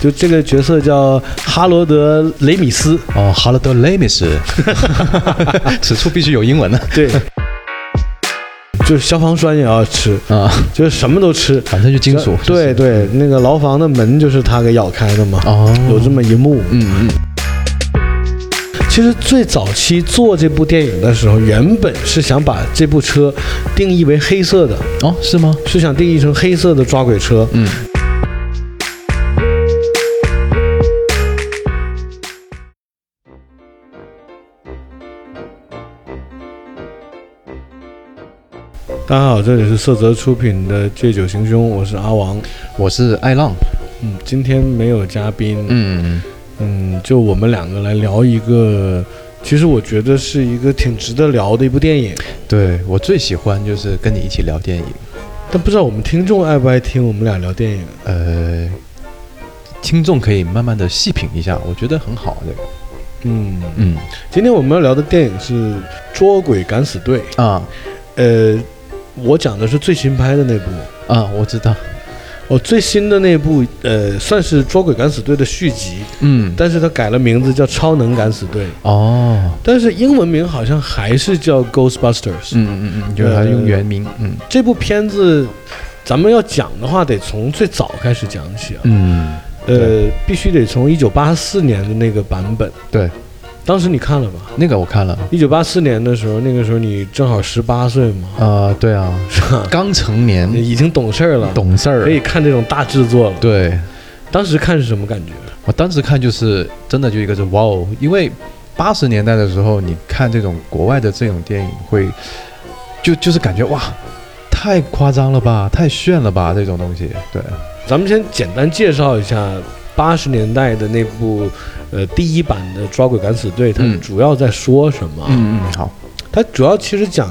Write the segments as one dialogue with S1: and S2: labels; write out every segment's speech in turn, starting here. S1: 就这个角色叫哈罗德·雷米斯，
S2: 哦，Holiday l a m i s 此处必须有英文的啊
S1: 对， 就是消防栓也要吃，
S2: 啊，
S1: 就是什么都吃，
S2: 反正就金属。是不
S1: 对
S2: 是，
S1: 对，那个牢房的门就是他给咬开的嘛，
S2: 哦，
S1: 有这么一幕。
S2: 嗯嗯，
S1: 其实最早期做这部电影的时候，原本是想把这部车定义为黑色的，
S2: 哦，是吗？
S1: 是想定义成黑色的抓鬼车。
S2: 嗯，嗯
S1: 大啊家好，这里是色泽出品的《借酒行凶》，我是阿王。
S2: 我是爱浪。
S1: 嗯，今天没有嘉宾，
S2: 嗯，
S1: 嗯，就我们两个来聊一个，其实我觉得是一个挺值得聊的一部电影，
S2: 对我最喜欢就是跟你一起聊电影。
S1: 但不知道我们听众爱不爱听我们俩聊电影。
S2: 呃，听众可以慢慢的细品一下，我觉得很好。这个，
S1: 嗯，
S2: 嗯
S1: 今天我们要聊的电影是《捉鬼敢死队》，
S2: 啊
S1: 呃，我讲的是最新拍的那部。
S2: 啊，我知道。
S1: 哦，最新的那部，呃，算是《捉鬼敢死队》的续集，
S2: 嗯，
S1: 但是它改了名字叫《超能敢死队》，
S2: 哦，
S1: 但是英文名好像还是叫《Ghostbusters》。
S2: 嗯嗯嗯，就是他用原名。嗯
S1: 这部片子，咱们要讲的话，得从最早开始讲起啊。
S2: 嗯，
S1: 呃，必须得从一九八四年的那个版本，
S2: 对，
S1: 当时你看了吧？
S2: 那个我看了。
S1: 一九八四年的时候，那个时候你正好十八岁嘛，
S2: 啊，对啊，哎
S1: 是吧？
S2: 刚成年，
S1: 已经懂事儿了，
S2: 嗯懂事儿
S1: 可。以看这种大制作了。
S2: 对，
S1: 当时看是什么感觉？
S2: 我当时看就是真的就一个是哇哦，因为八十年代的时候，你看这种国外的这种电影会，就就是感觉哇，太夸张了吧，太炫了吧，这种东西。对，
S1: 咱们先简单介绍一下八十年代的那部，呃，第一版的《抓鬼敢死队》，它
S2: 嗯
S1: 主要在说什么啊？
S2: 嗯嗯，好，
S1: 它主要其实讲，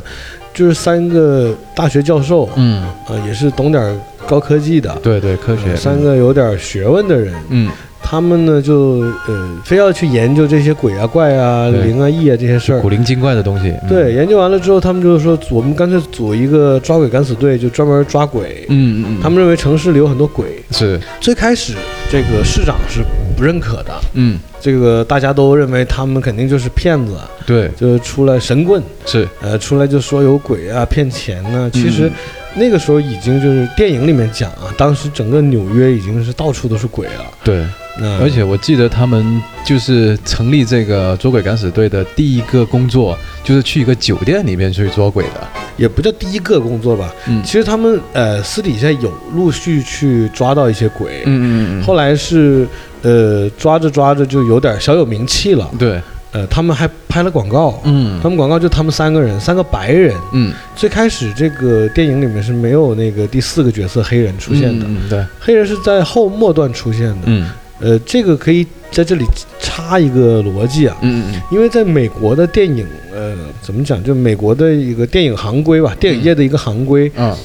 S1: 就是三个大学教授，
S2: 嗯，
S1: 呃，也是懂点儿高科技的，
S2: 对对，科学
S1: 呃三，个有点儿学问的人，
S2: 嗯
S1: 他们呢就呃非要去研究这些鬼啊、怪啊、
S2: 对
S1: 灵啊、异啊这些事
S2: 嗯，
S1: 儿
S2: 古。灵精怪的东西。嗯
S1: 对，，研究完了之后，他们就说，我们干脆组一个抓鬼敢死队，就专门抓鬼。
S2: 嗯嗯嗯，
S1: 他们认为城市里有很多鬼。
S2: 是，
S1: 最开始，这个市长是不认可的，
S2: 嗯，
S1: 这个大家都认为他们肯定就是骗子，
S2: 对，
S1: 就是出来神棍，
S2: 是，
S1: 呃，出来就说有鬼啊，骗钱呢、其实
S2: 嗯
S1: 那个时候已经就是电影里面讲啊，当时整个纽约已经是到处都是鬼了。
S2: 对，
S1: 那
S2: 而且我记得他们就是成立这个捉鬼敢死队的第一个工作，就是去一个酒店里面去捉鬼的。
S1: 也不叫第一个工作吧，
S2: 嗯
S1: 其实他们呃私底下有陆续去抓到一些鬼，
S2: 嗯嗯
S1: 后来是呃抓着抓着就有点小有名气了，
S2: 对，
S1: 呃他们还拍了广告，
S2: 嗯
S1: 他们广告就他们三个人，三个白人。
S2: 嗯
S1: 最开始这个电影里面是没有那个第四个角色黑人出现的，
S2: 嗯、对，
S1: 黑人是在后末段出现的。
S2: 嗯
S1: 呃，这个可以在这里插一个逻辑啊，
S2: 嗯
S1: 因为在美国的电影，呃，怎么讲？就美国的一个电影行规吧，电影业的一个行规，
S2: 嗯啊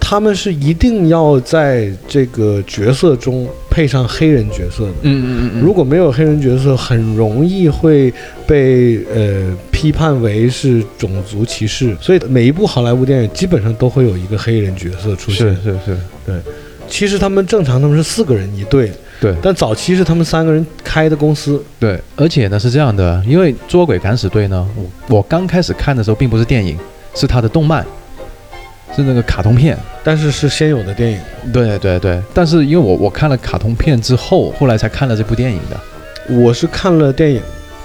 S1: 他们是一定要在这个角色中配上黑人角色的。
S2: 嗯
S1: 如果没有黑人角色，很容易会被呃批判为是种族歧视。所以每一部好莱坞电影基本上都会有一个黑人角色出
S2: 是
S1: 现。
S2: 是是，
S1: 其实他们正常他们是四个人一队，
S2: 对
S1: 但早期是他们三个人开的公司。
S2: 对，而且呢是这样的，因为捉鬼敢死队呢，我我刚开始看的时候并不是电影，是它的动漫，是那个卡通片。
S1: 但是是先有的电影。
S2: 对对对，但是因为我我看了卡通片之后，后来才看了这部电影的。
S1: 我是看了电影，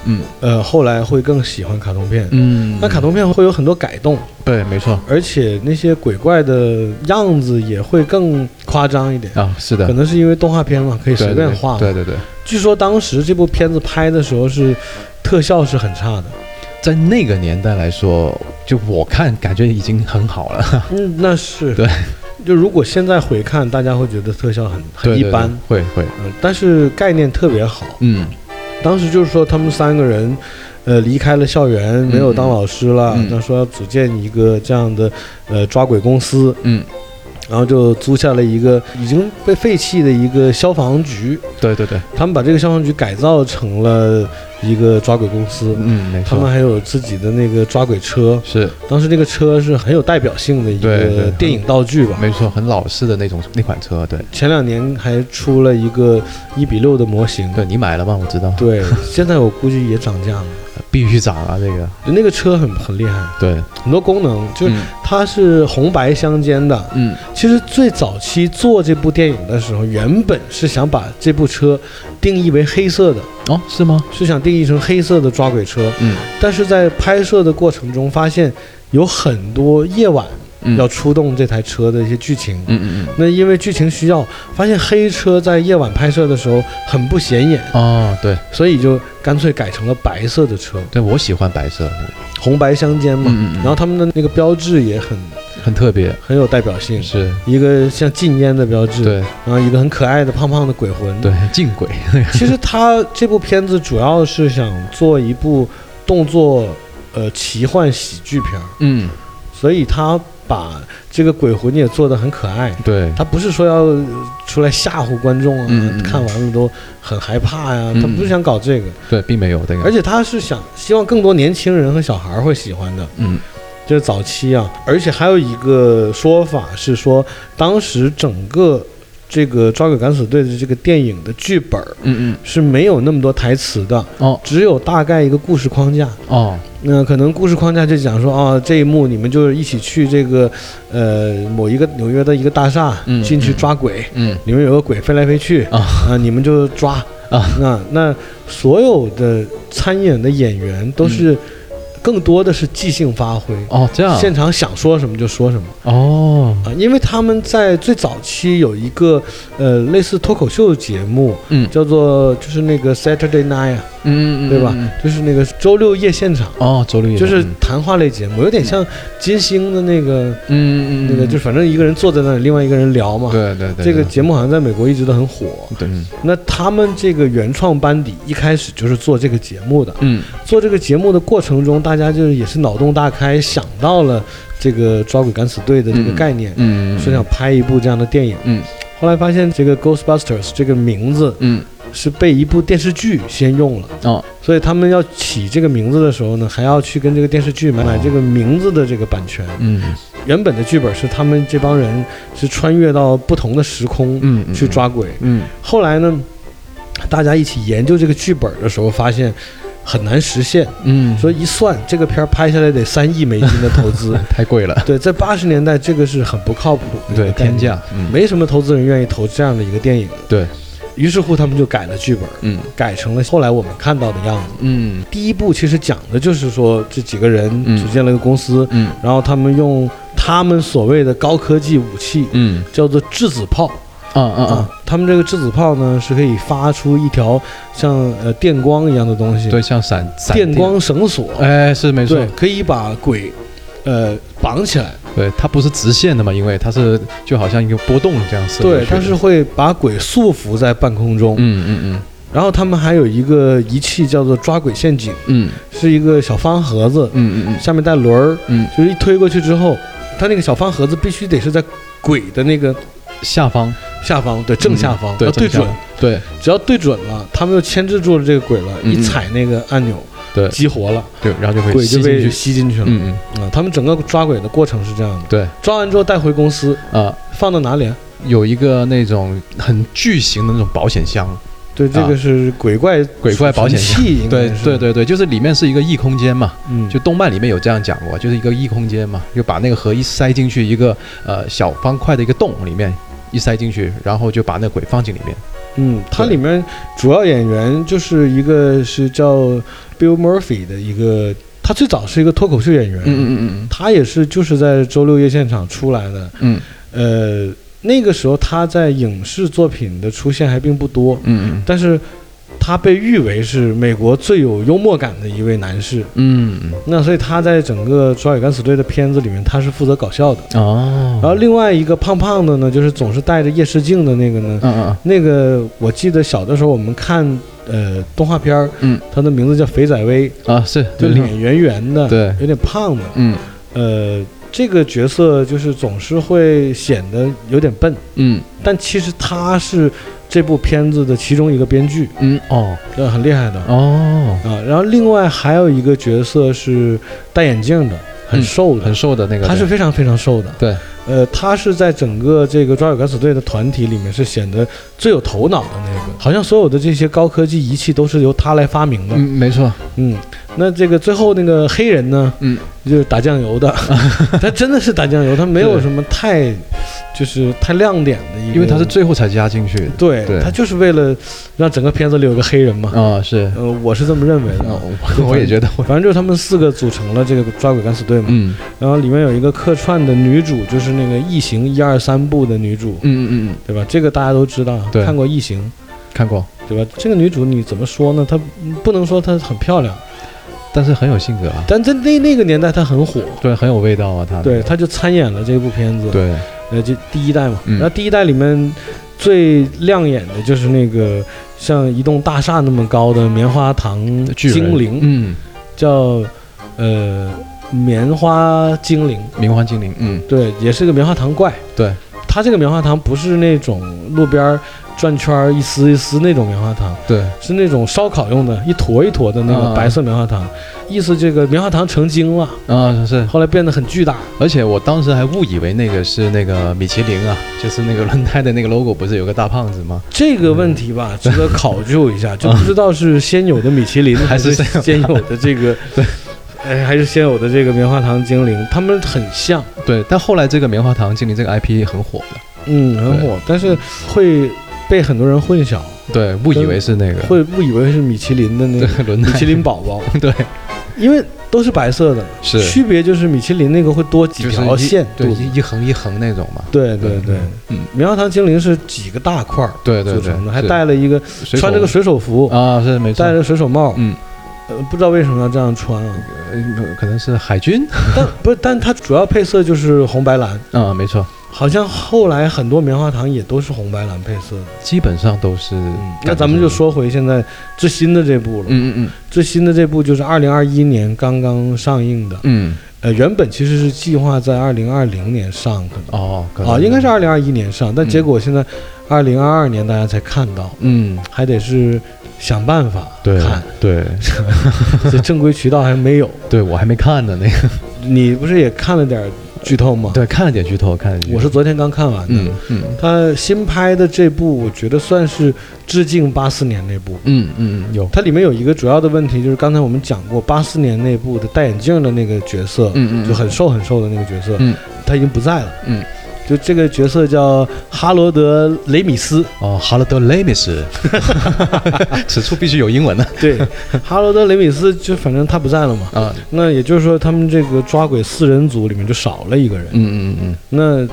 S2: 嗯
S1: 呃，后来会更喜欢卡通片。
S2: 嗯
S1: 那卡通片会有很多改动，
S2: 对，没错
S1: 而且那些鬼怪的样子也会更夸张一点。
S2: 啊，是的
S1: 可，能是因为动画片嘛，可以
S2: 对
S1: 随便画。
S2: 对对对，
S1: 据说当时这部片子拍的时候是特效是很差的。
S2: 在那个年代来说，就我看感觉已经很好了，
S1: 嗯，那是
S2: 啊对。
S1: 就如果现在回看，大家会觉得特效很很
S2: 对
S1: 一
S2: 对对
S1: 般，
S2: 会会，
S1: 嗯，但是概念特别好。
S2: 嗯
S1: 当时就是说他们三个人，呃，离开了校园，没有当老师了。
S2: 嗯
S1: 那说要组建一个这样的，呃，抓鬼公司。
S2: 嗯
S1: 然后就租下了一个已经被废弃的一个消防局，
S2: 对对对，
S1: 他们把这个消防局改造成了一个抓鬼公司。
S2: 嗯，没
S1: 他们
S2: 错，
S1: 还有自己的那个抓鬼车，
S2: 是
S1: 当时这个车是很有代表性的一
S2: 对对
S1: 个电影道具吧。
S2: 没错，很老式的那种那款车，对
S1: 前两年还出了一个一比六的模型，
S2: 对，你买了吗？我知道，
S1: 嗯对，现在我估计也涨价了。
S2: 必须涨啊，这个
S1: 那个车很很厉害，
S2: 对，
S1: 很多功能，就是
S2: 嗯
S1: 它是红白相间的。
S2: 嗯
S1: 其实最早期做这部电影的时候，原本是想把这部车定义为黑色的，
S2: 哦，是吗？
S1: 是想定义成黑色的抓鬼车。
S2: 嗯
S1: 但是在拍摄的过程中，发现有很多夜晚
S2: 嗯
S1: 要出动这台车的一些剧情。
S2: 嗯嗯嗯，
S1: 那因为剧情需要，发现黑车在夜晚拍摄的时候很不显眼，
S2: 哦，对
S1: 所以就干脆改成了白色的车，
S2: 对，我喜欢白色，
S1: 红白相间嘛。
S2: 嗯嗯嗯
S1: 然后他们的那个标志也很
S2: 很特别，
S1: 很有代表性，
S2: 是，
S1: 一个像禁烟的标志，
S2: 对
S1: 然后一个很可爱的胖胖的鬼魂。
S2: 对，，近 轨，
S1: 其实他这部片子主要是想做一部动作呃奇幻喜剧片儿，
S2: 嗯，
S1: 所以他把这个鬼魂也做得很可爱。
S2: 对，
S1: 他不是说要出来吓唬观众啊，
S2: 嗯嗯嗯
S1: 看完了都很害怕呀、
S2: 嗯
S1: 他不是想搞这个，
S2: 对，并没有这
S1: 而
S2: 个，
S1: 且他是想希望更多年轻人和小孩儿会喜欢的，
S2: 嗯
S1: 这是早期啊。而且还有一个说法是说，当时整个这个《抓鬼敢死队》的这个电影的剧本儿
S2: 嗯嗯，
S1: 是没有那么多台词的，
S2: 哦
S1: 只有大概一个故事框架。
S2: 哦，
S1: 那可能故事框架就讲说啊，这一幕你们就是一起去这个，呃，某一个纽约的一个大厦
S2: 嗯
S1: 进去抓鬼，
S2: 嗯
S1: 里面有个鬼飞来飞去
S2: 啊
S1: 你们就抓
S2: 啊。
S1: 那那所有的参演的演员都是更多的是即兴发挥，
S2: 嗯哦，这样，
S1: 现场想说什么就说什么
S2: 哦，
S1: 啊，因为他们在最早期有一个呃类似脱口秀节目。
S2: 嗯
S1: 叫做就是那个 Saturday Night，啊
S2: 嗯嗯，
S1: 对吧？就是那个周六夜现场，
S2: 哦，周六
S1: 就是谈话类节目，有点像金星的那个、
S2: 嗯嗯
S1: 那个，就是反正一个人坐在那里，另外一个人聊嘛。
S2: 对对对，
S1: 这个节目好像在美国一直都很火。
S2: 对，嗯
S1: 那他们这个原创班底一开始就是做这个节目的，
S2: 嗯
S1: 做这个节目的过程中，大家就是也是脑洞大开，想到了这个抓鬼敢死队的这个概念，
S2: 嗯，
S1: 说想拍一部这样的电影。
S2: 嗯
S1: 后来发现这个 Ghostbusters 这个名字
S2: 嗯
S1: 是被一部电视剧先用了，
S2: 哦
S1: 所以他们要起这个名字的时候呢，还要去跟这个电视剧买买这个名字的这个版权。
S2: 嗯
S1: 原本的剧本是他们这帮人是穿越到不同的时空
S2: 嗯
S1: 去，抓鬼，
S2: 嗯
S1: 后来呢，大家一起研究这个剧本的时候，发现很难实现。
S2: 嗯，
S1: 所以一算，这个片儿拍下来得三亿美金的投
S2: 。
S1: 资
S2: 太贵了，
S1: 对，在八十年代，这个是很不靠谱的一个
S2: 对，
S1: 概念
S2: 天，价，嗯
S1: 没什么投资人愿意投这样的一个电影。
S2: 对，
S1: 于是乎，他们就改了剧本，
S2: 嗯
S1: 改成了后来我们看到的样子。
S2: 嗯
S1: 第一部其实讲的就是说，这几个人
S2: 嗯
S1: 组建了一个公司，
S2: 嗯
S1: 然后他们用他们所谓的高科技武器，
S2: 嗯
S1: 叫做质子炮，
S2: 啊啊
S1: 啊
S2: 啊，，
S1: 他们这个质子炮呢是可以发出一条像呃电光一样的东西，
S2: 对，像闪闪
S1: 电光，绳索，
S2: 哎，是没错
S1: 对，，可以把鬼呃绑起来，
S2: 对，它不是直线的嘛，因为它是就好像一个波动这样射
S1: 对，它是会把鬼束缚在半空中。
S2: 嗯嗯
S1: 然后他们还有一个仪器叫做抓鬼陷阱，
S2: 嗯
S1: 是一个小方盒子，
S2: 嗯嗯
S1: 下面带轮儿，
S2: 嗯
S1: 就是一推过去之后，它那个小方盒子必须得是在鬼的那个
S2: 嗯，下方
S1: 下方，对，正下方，
S2: 嗯对
S1: 要对准。，
S2: 对
S1: 只要对准了，他们就牵制住了这个鬼了，
S2: 嗯
S1: 一踩那个按钮，
S2: 对
S1: 激活了。
S2: 对，然后就会
S1: 鬼就
S2: 吸
S1: 被
S2: 进去，
S1: 吸进去了。
S2: 嗯嗯，
S1: 啊，他们整个抓鬼的过程是这样的：
S2: 对
S1: 抓完之后带回公司，
S2: 啊。
S1: 放到哪里啊？
S2: 有一个那种很巨型的那种保险箱，
S1: 对，这个是鬼怪
S2: 鬼怪保险箱
S1: 存器，应该
S2: 对
S1: 是
S2: 对，对对，就是里面是一个异空间嘛，
S1: 嗯，
S2: 就动漫里面有这样讲过，就是一个异空间嘛，就把那个核一塞进去一个呃小方块的一个洞里面，一塞进去，然后就把那鬼放进里面。
S1: 嗯，它里
S2: 对
S1: 面主要演员就是一个是叫 Bill Murphy 的一个，他最早是一个脱口秀演员，
S2: 嗯嗯
S1: 他也是就是在周六夜现场出来的，
S2: 嗯
S1: 呃，那个时候他在影视作品的出现还并不多，
S2: 嗯
S1: 但是他被誉为是美国最有幽默感的一位男士。
S2: 嗯嗯
S1: 那所以他在整个《抓鬼敢死队》的片子里面，他是负责搞笑的。
S2: 哦，
S1: 然后另外一个胖胖的呢，就是总是戴着夜视镜的那个呢，
S2: 嗯嗯
S1: 那个我记得小的时候我们看呃动画片儿，
S2: 嗯
S1: 他的名字叫肥仔威，
S2: 啊是
S1: 就
S2: 对
S1: 脸圆圆的，
S2: 对
S1: 有点胖的。
S2: 嗯
S1: 呃，这个角色就是总是会显得有点笨，
S2: 嗯
S1: 但其实他是这部片子的其中一个编剧，
S2: 嗯，哦
S1: 呃，很厉害的
S2: 哦，
S1: 啊。然后另外还有一个角色是戴眼镜的，很
S2: 嗯
S1: 瘦的
S2: 很，瘦的那个，
S1: 他是非常非常瘦的。
S2: 对，
S1: 呃，他是在整个这个抓友敢死队的团体里面是显得最有头脑的那个，好像所有的这些高科技仪器都是由他来发明的
S2: 嗯，。没错，
S1: 嗯，那这个最后那个黑人呢，
S2: 嗯，
S1: 就是打酱油 的，他真的是打酱油，他没有什么太就是太亮点的一个，
S2: 因为他是最后才加进去的，
S1: 对
S2: 对
S1: 他就是为了让整个片子里有个黑人嘛。
S2: 啊，是，
S1: 呃，我是这么认为的。
S2: 哦我我也觉得我，
S1: 反正就是他们四个组成了这个抓鬼敢死队嘛，
S2: 嗯
S1: 然后里面有一个客串的女主，就是那个《异形》一二三部的女主，
S2: 嗯嗯嗯，
S1: 对吧？这个大家都知道，
S2: 对
S1: 看过《异形
S2: 看过，》，
S1: 对吧？这个女主你怎么说呢？她不能说她很漂亮，
S2: 但是很有性格啊，
S1: 但在那那个年代她很火，
S2: 对，很有味道啊，他，
S1: 对，她就参演了这部片子，，
S2: 对，
S1: 呃，就第一代嘛。
S2: 嗯
S1: 然后第一代里面最亮眼的就是那个像一栋大厦那么高的棉花糖
S2: 巨人
S1: 精灵，
S2: 嗯，
S1: 叫呃棉花精灵，
S2: 冥幻精灵，嗯，
S1: 对，也是个棉花糖怪。
S2: 对，
S1: 它这个棉花糖不是那种路边儿转圈儿一丝一丝那种棉花糖。
S2: 对，
S1: 是那种烧烤用的，一坨一坨的那个
S2: 啊
S1: 白色棉花糖，意思这个棉花糖成精了，
S2: 啊是，
S1: 后来变得很巨大。
S2: 而且我当时还误以为那个是那个米其林啊， 就是那个轮胎的那个 logo 不是有个大胖子吗？
S1: 这个问题 吧，值得考究一下，就不知道是先有的米其林，还
S2: 还
S1: 是
S2: 是
S1: 先有的这 个，哎，还是先有的这个棉花糖精灵，他们很像，
S2: 对，但后来这个棉花糖精灵这个 IP 很火的，
S1: 嗯，很火，但是会被很多人混淆，
S2: 对，误以为是那个，
S1: 会误以为是米其林的那
S2: 对
S1: 个
S2: 轮
S1: 米
S2: 胎，
S1: 其林宝宝，
S2: 对，
S1: 因为都是白色的，
S2: 是
S1: 区别就是米其林那个会多几
S2: 就是
S1: 条
S2: 一
S1: 线，
S2: 对，
S1: 肚子
S2: 一一横一横那种嘛，
S1: 对对对，
S2: 嗯，
S1: 棉花糖精灵是几个大块儿
S2: 对对
S1: 组
S2: 对，
S1: 成的，还
S2: 是
S1: 带了一个
S2: 水
S1: 穿
S2: 手
S1: 着个水手服，
S2: 啊，是没错，
S1: 戴着水手帽，
S2: 嗯，
S1: 呃，不知道为什么要这样穿 啊。
S2: 呃可能是海军
S1: 但不是，但它主要配色就是红白蓝，
S2: 啊，没错，
S1: 好像后来很多棉花糖也都是红白蓝配色的。
S2: 基本上都是
S1: 嗯，
S2: 感觉这种。
S1: 那咱们就说回现在最新的这部了。
S2: 嗯，嗯
S1: 最新的这部就是二零二一年刚刚上映的，
S2: 嗯嗯，
S1: 呃，原本其实是计划在二零二零年上，可能。
S2: 哦，可能
S1: 啊，应该是二零二一年上，但
S2: 嗯
S1: 结果现在二零二二年大家才看到，
S2: 嗯，
S1: 还得是想办法
S2: 对
S1: 看，
S2: 对
S1: 这正规渠道还没有。
S2: 对，我还没看呢，那个
S1: 你不是也看了点儿剧透吗？，
S2: 对，看了点剧透，看了点剧透，
S1: 我是昨天刚看完的。
S2: 嗯嗯
S1: 他新拍的这部，我觉得算是致敬八四年那部。
S2: 嗯嗯嗯，有，
S1: 它里面有一个主要的问题，就是刚才我们讲过，八四年那部的戴眼镜的那个角色，
S2: 嗯嗯，
S1: 就很瘦很瘦的那个角色，
S2: 嗯
S1: 他已经不在了。
S2: 嗯，
S1: 就这个角色叫哈罗德·雷米斯，
S2: 哦，哈罗德雷米斯，此处必须有英文的
S1: 对， 哈罗德·雷米斯就反正他不在了嘛。
S2: 啊，
S1: 那也就是说，他们这个抓鬼四人组里面就少了一个人。
S2: 嗯嗯嗯
S1: 那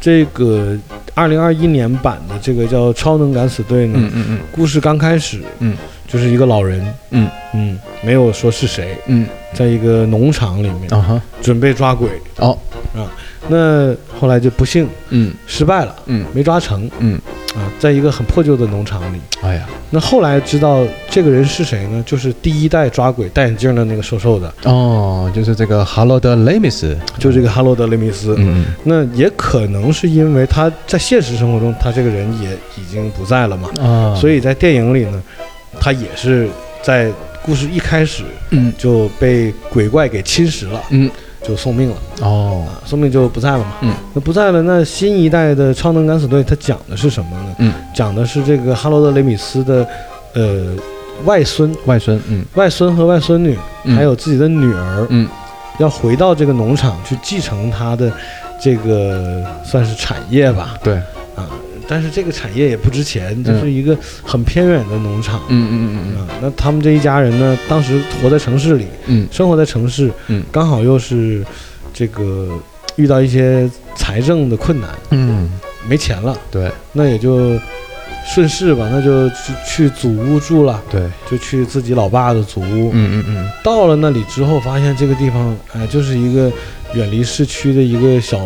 S1: 这个二零二一年版的这个叫《超能敢死队》呢，
S2: 嗯嗯
S1: 故事刚开始，
S2: 嗯，
S1: 就是一个老人，
S2: 嗯
S1: 嗯，没有说是谁，
S2: 嗯
S1: 在一个农场里面、
S2: 嗯，啊哈，
S1: 准备抓鬼，
S2: 哦，
S1: 那后来就不幸
S2: 嗯
S1: 失败了，
S2: 嗯
S1: 没抓成
S2: 嗯，
S1: 啊，在一个很破旧的农场里。
S2: 哎呀，
S1: 那后来知道这个人是谁呢？就是第一代抓鬼戴眼镜的那个瘦瘦的，
S2: 哦，就是这个哈罗德雷米斯，
S1: 就这个哈罗德·雷米斯。
S2: 嗯，嗯
S1: 那也可能是因为他在现实生活中，他这个人也已经不在了嘛，
S2: 嗯啊，
S1: 所以在电影里呢，他也是在故事一开始
S2: 嗯
S1: 就被鬼怪给侵蚀了，
S2: 嗯，
S1: 就送命了
S2: 哦，
S1: 啊，送命就不在了嘛。
S2: 嗯，
S1: 那不在了，那新一代的超能敢死队它讲的是什么呢？
S2: 嗯，
S1: 讲的是这个哈罗德·雷米斯的呃外孙、
S2: 外孙，嗯，
S1: 外孙和外孙女，
S2: 嗯
S1: 还有自己的女儿，
S2: 嗯，
S1: 要回到这个农场去继承他的这个算是产业吧。
S2: 对，
S1: 啊，但是这个产业也不值钱，
S2: 嗯
S1: 就是一个很偏远的农场。
S2: 嗯嗯
S1: 啊，那他们这一家人呢，当时活在城市里，
S2: 嗯
S1: 生活在城市，
S2: 嗯
S1: 刚好又是这个遇到一些财政的困难，
S2: 嗯嗯，
S1: 没钱了，
S2: 对
S1: 那也就顺势吧，那就去去祖屋住了，
S2: 对，
S1: 就去自己老爸的祖屋。
S2: 嗯嗯嗯，
S1: 到了那里之后，发现这个地方，哎，就是一个远离市区的一个小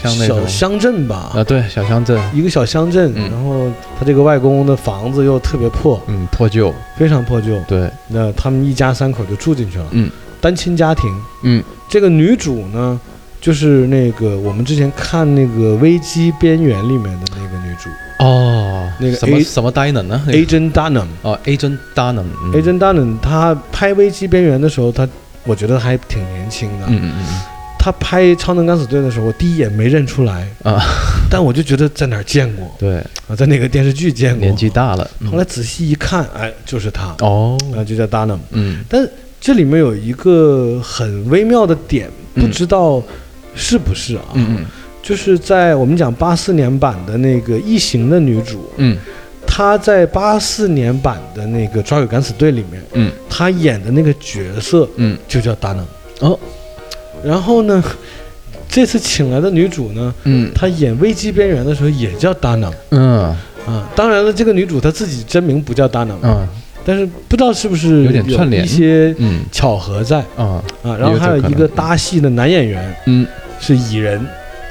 S2: 像那
S1: 小
S2: 种
S1: 乡镇吧，
S2: 啊，对，小乡镇，
S1: 一个小乡镇。
S2: 嗯
S1: 然后他这个外公的房子又特别破，
S2: 嗯，破旧，
S1: 非常破旧。
S2: 对，
S1: 那他们一家三口就住进去了，
S2: 嗯，
S1: 单亲家庭。
S2: 嗯
S1: 这个女主呢，就是那个我们之前看那个《危机边缘》里面的那个女主
S2: 哦，
S1: 那个
S2: 什么
S1: A-
S2: 什么 Dynan 呢？那个嗯
S1: Agent Dunham。
S2: 哦，Agent Dynan。
S1: Agent Dunham 她拍《危机边缘》的时候，她我觉得还挺年轻的。
S2: 嗯嗯嗯嗯
S1: 她拍《超能敢死队》的时候，我第一眼没认出来，
S2: 嗯啊，
S1: 但我就觉得在哪儿见过
S2: 对，
S1: 啊，在哪个电视剧见过。
S2: 年纪大了。嗯
S1: 后来仔细一看，哎，就是她，
S2: 哦，
S1: 啊，就叫 Dunham。
S2: 嗯
S1: 但这里面有一个很微妙的点，
S2: 嗯
S1: 不知道是不是啊？
S2: 嗯
S1: 就是在我们讲八四年版的那个《异形》的女主，
S2: 嗯
S1: 她在八四年版的那个《抓鬼敢死队》里面，
S2: 嗯
S1: 她演的那个角色
S2: 嗯
S1: 就叫达能。
S2: 哦
S1: 然后呢，这次请来的女主呢，
S2: 嗯
S1: 她演《危机边缘》的时候也叫达能
S2: 嗯
S1: 啊。当然了，这个女主她自己真名不叫达能，
S2: 嗯
S1: 但是不知道是不是
S2: 有点串联
S1: 一些
S2: 嗯
S1: 巧合在
S2: 啊
S1: 啊。然后还有一个搭戏的男演员
S2: 嗯
S1: 是蚁人，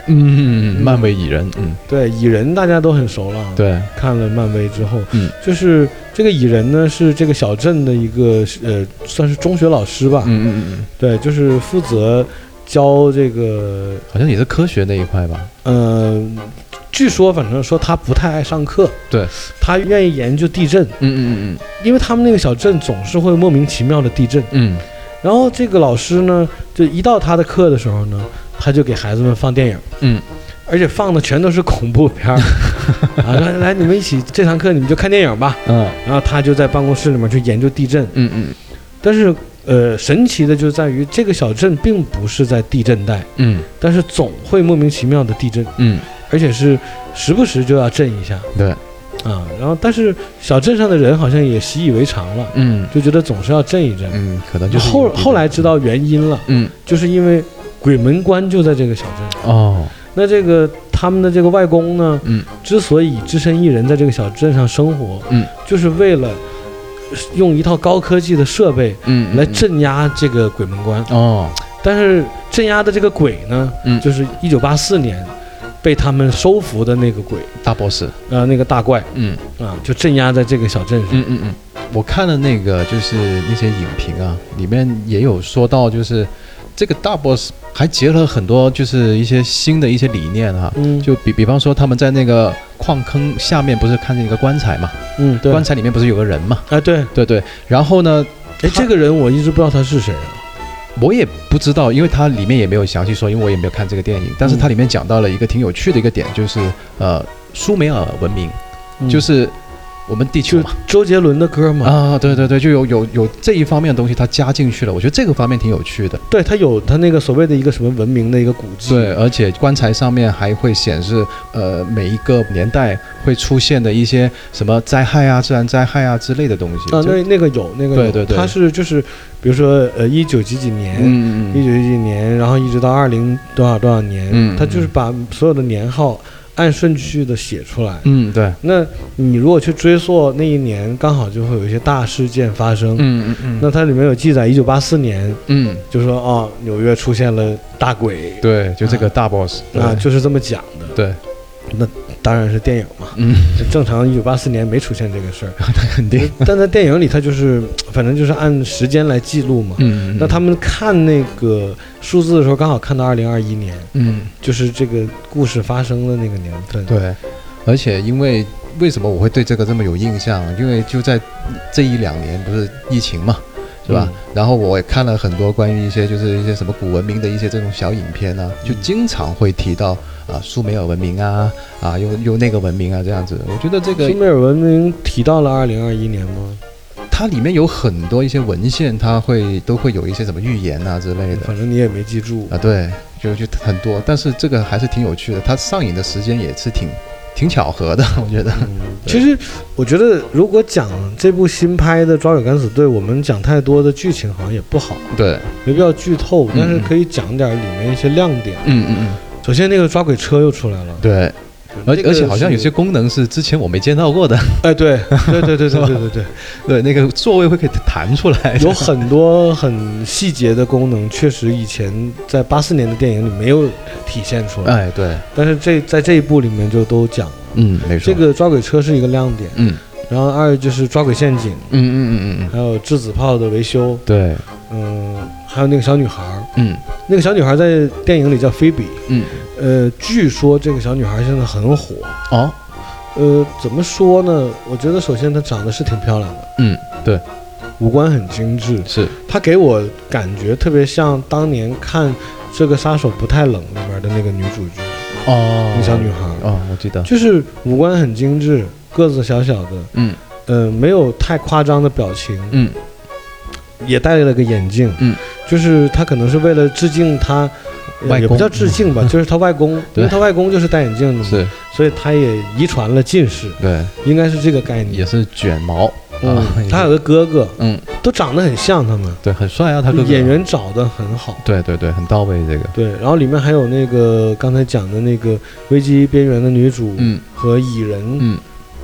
S2: 嗯，漫威蚁人。嗯，
S1: 对蚁人大家都很熟了。
S2: 对，
S1: 看了漫威之后，
S2: 嗯，
S1: 就是这个蚁人呢，是这个小镇的一个呃，算是中学老师吧，
S2: 嗯嗯嗯嗯，
S1: 对，就是负责教这个
S2: 好像也是科学那一块吧？
S1: 呃，据说反正说他不太爱上课，
S2: 对，
S1: 他愿意研究地震，
S2: 嗯嗯
S1: 因为他们那个小镇总是会莫名其妙的地震。
S2: 嗯
S1: 然后这个老师呢，就一到他的课的时候呢，他就给孩子们放电影，
S2: 嗯
S1: 而且放的全都是恐怖 片儿啊！来来，你们一起这堂课你们就看电影吧。
S2: 嗯
S1: 然后他就在办公室里面去研究地震，
S2: 嗯嗯
S1: 但是呃，神奇的就在于这个小镇并不是在地震带，
S2: 嗯
S1: 但是总会莫名其妙的地震，
S2: 嗯，
S1: 而且是时不时就要震一下
S2: 对，
S1: 啊。然后，但是小镇上的人好像也习以为常了，
S2: 嗯
S1: 就觉得总是要震一震。
S2: 嗯，可能就是
S1: 后后来知道原因了，
S2: 嗯
S1: 就是因为鬼门关就在这个小镇。
S2: 哦，
S1: 那这个他们的这个外公呢，
S2: 嗯
S1: 之所以只身一人在这个小镇上生活，
S2: 嗯，
S1: 就是为了用一套高科技的设备
S2: 嗯
S1: 来镇压这个鬼门关。
S2: 哦，
S1: 但是镇压的这个鬼呢，
S2: 嗯
S1: 就是一九八四年被他们收服的那个鬼，
S2: 大 boss，
S1: 呃，那个大怪
S2: 嗯
S1: 啊，就镇压在这个小镇上。
S2: 嗯嗯嗯。我看了那个，就是那些影评啊，里面也有说到，就是这个大 boss 还结合很多就是一些新的一些理念哈、
S1: 嗯
S2: 就比比方说他们在那个矿坑下面不是看见一个棺材嘛，
S1: 嗯，对，
S2: 棺材里面不是有个人嘛，
S1: 哎对，
S2: 对对，然后呢，
S1: 哎，这个人我一直不知道他是谁啊。
S2: 我也不知道，因为它里面也没有详细说，因为我也没有看这个电影。但是它里面讲到了一个挺有趣的一个点，就是呃，苏美尔文明，
S1: 嗯
S2: 就是我们地球
S1: 就
S2: 嘛。
S1: 周杰伦的歌嘛，
S2: 啊，对对对，就有有有这一方面的东西，它加进去了，我觉得这个方面挺有趣的。
S1: 对他有他那个所谓的一个什么文明的一个古迹，
S2: 对，而且棺材上面还会显示，呃，每一个年代会出现的一些什么灾害啊、自然灾害啊之类的东西。
S1: 啊，
S2: 就
S1: 那那个有那个有
S2: 对对对
S1: 他是就是比如说呃一九几几年，
S2: 嗯嗯
S1: 一九几几年，然后一直到二零多少多少
S2: 嗯
S1: 年，他就是把所有的年号按顺序的写出来。
S2: 嗯，对，
S1: 那你如果去追溯那一年，刚好就会有一些大事件发生。
S2: 嗯嗯嗯
S1: 那它里面有记载，一九八四年
S2: 嗯，
S1: 就说哦，纽约出现了大鬼，
S2: 对，就这个大 boss
S1: 啊，就是这么讲的。
S2: 对，
S1: 当然是电影嘛，
S2: 嗯，
S1: 正常一九八四年没出现这个事儿，
S2: 肯定，
S1: 但在电影里，它就是反正就是按时间来记录嘛。
S2: 嗯，
S1: 那他们看那个数字的时候，刚好看到二零二一年，
S2: 嗯，
S1: 就是这个故事发生的那个年份。，
S2: 对，而且因为为什么我会对这个这么有印象？因为就在这一两年，不是疫情嘛，是吧？
S1: 嗯
S2: 然后我也看了很多关于一些就是一些什么古文明的一些这种小影片啊，就经常会提到啊苏美尔文明啊啊又又那个文明啊这样子。我觉得这个
S1: 苏美尔文明提到了二零二一年吗？
S2: 它里面有很多一些文献，它会都会有一些什么预言啊之类的
S1: 反正你也没记住。
S2: 啊，对，就就很多。但是这个还是挺有趣的，它上映的时间也是挺挺巧合的， 我觉得。
S1: 嗯其实我觉得，如果讲这部新拍的《抓鬼敢死队》，我们讲太多的剧情好像也不好，
S2: 对，
S1: 没必要剧透，但是
S2: 嗯嗯
S1: 可以讲点里面一些亮点。
S2: 嗯嗯嗯。
S1: 首先，那个抓鬼车又出来了，
S2: 对，而
S1: 那
S2: 且
S1: 个
S2: 而且好像有
S1: 是
S2: 些功能是之前我没见到过的，
S1: 哎，对对对对对对对对，
S2: 对，那个座位会可以弹出来。
S1: 有很多很细节的功能，确实以前在八四年的电影里没有体现出来，
S2: 哎，对，
S1: 但是这在这一部里面就都讲了。
S2: 嗯，没错。
S1: 这，个抓鬼车是一个亮点，
S2: 嗯
S1: 然后二就是抓鬼陷阱，
S2: 嗯嗯嗯嗯嗯，
S1: 还有质子炮的维修，
S2: 对，
S1: 嗯，还有那个小女孩儿，
S2: 嗯
S1: 那个小女孩在电影里叫菲比，
S2: 嗯，
S1: 呃，据说这个小女孩现在很火。
S2: 哦，
S1: 呃，怎么说呢？我觉得首先她长得是挺漂亮的，
S2: 嗯，对，
S1: 五官很精致，
S2: 是，
S1: 她给我感觉特别像当年看《这个杀手不太冷》里边的那个女主角，
S2: 哦
S1: 那个小女孩，
S2: 哦，我记得，
S1: 就是五官很精致，个子小小的，
S2: 嗯
S1: 呃，没有太夸张的表情，
S2: 嗯
S1: 也戴了个眼镜，
S2: 嗯，
S1: 就是他可能是为了致敬他，呃
S2: 外公嗯
S1: 也不叫致敬吧，就是他外公，因
S2: 对
S1: 为他外公就是戴眼镜的嘛，
S2: 是，
S1: 所以他也遗传了近视，
S2: 对，
S1: 应该是这个概
S2: 也
S1: 念。
S2: 是卷毛，
S1: 嗯
S2: 啊，
S1: 他有个哥哥，
S2: 嗯，
S1: 都长得很像他们，
S2: 对，很帅啊，他哥哥
S1: 演，员找的很好。
S2: 对对对，很到位这个，
S1: 对，然后里面还有那个刚才讲的那个危机边缘的女主
S2: 嗯
S1: 和蚁人
S2: 嗯，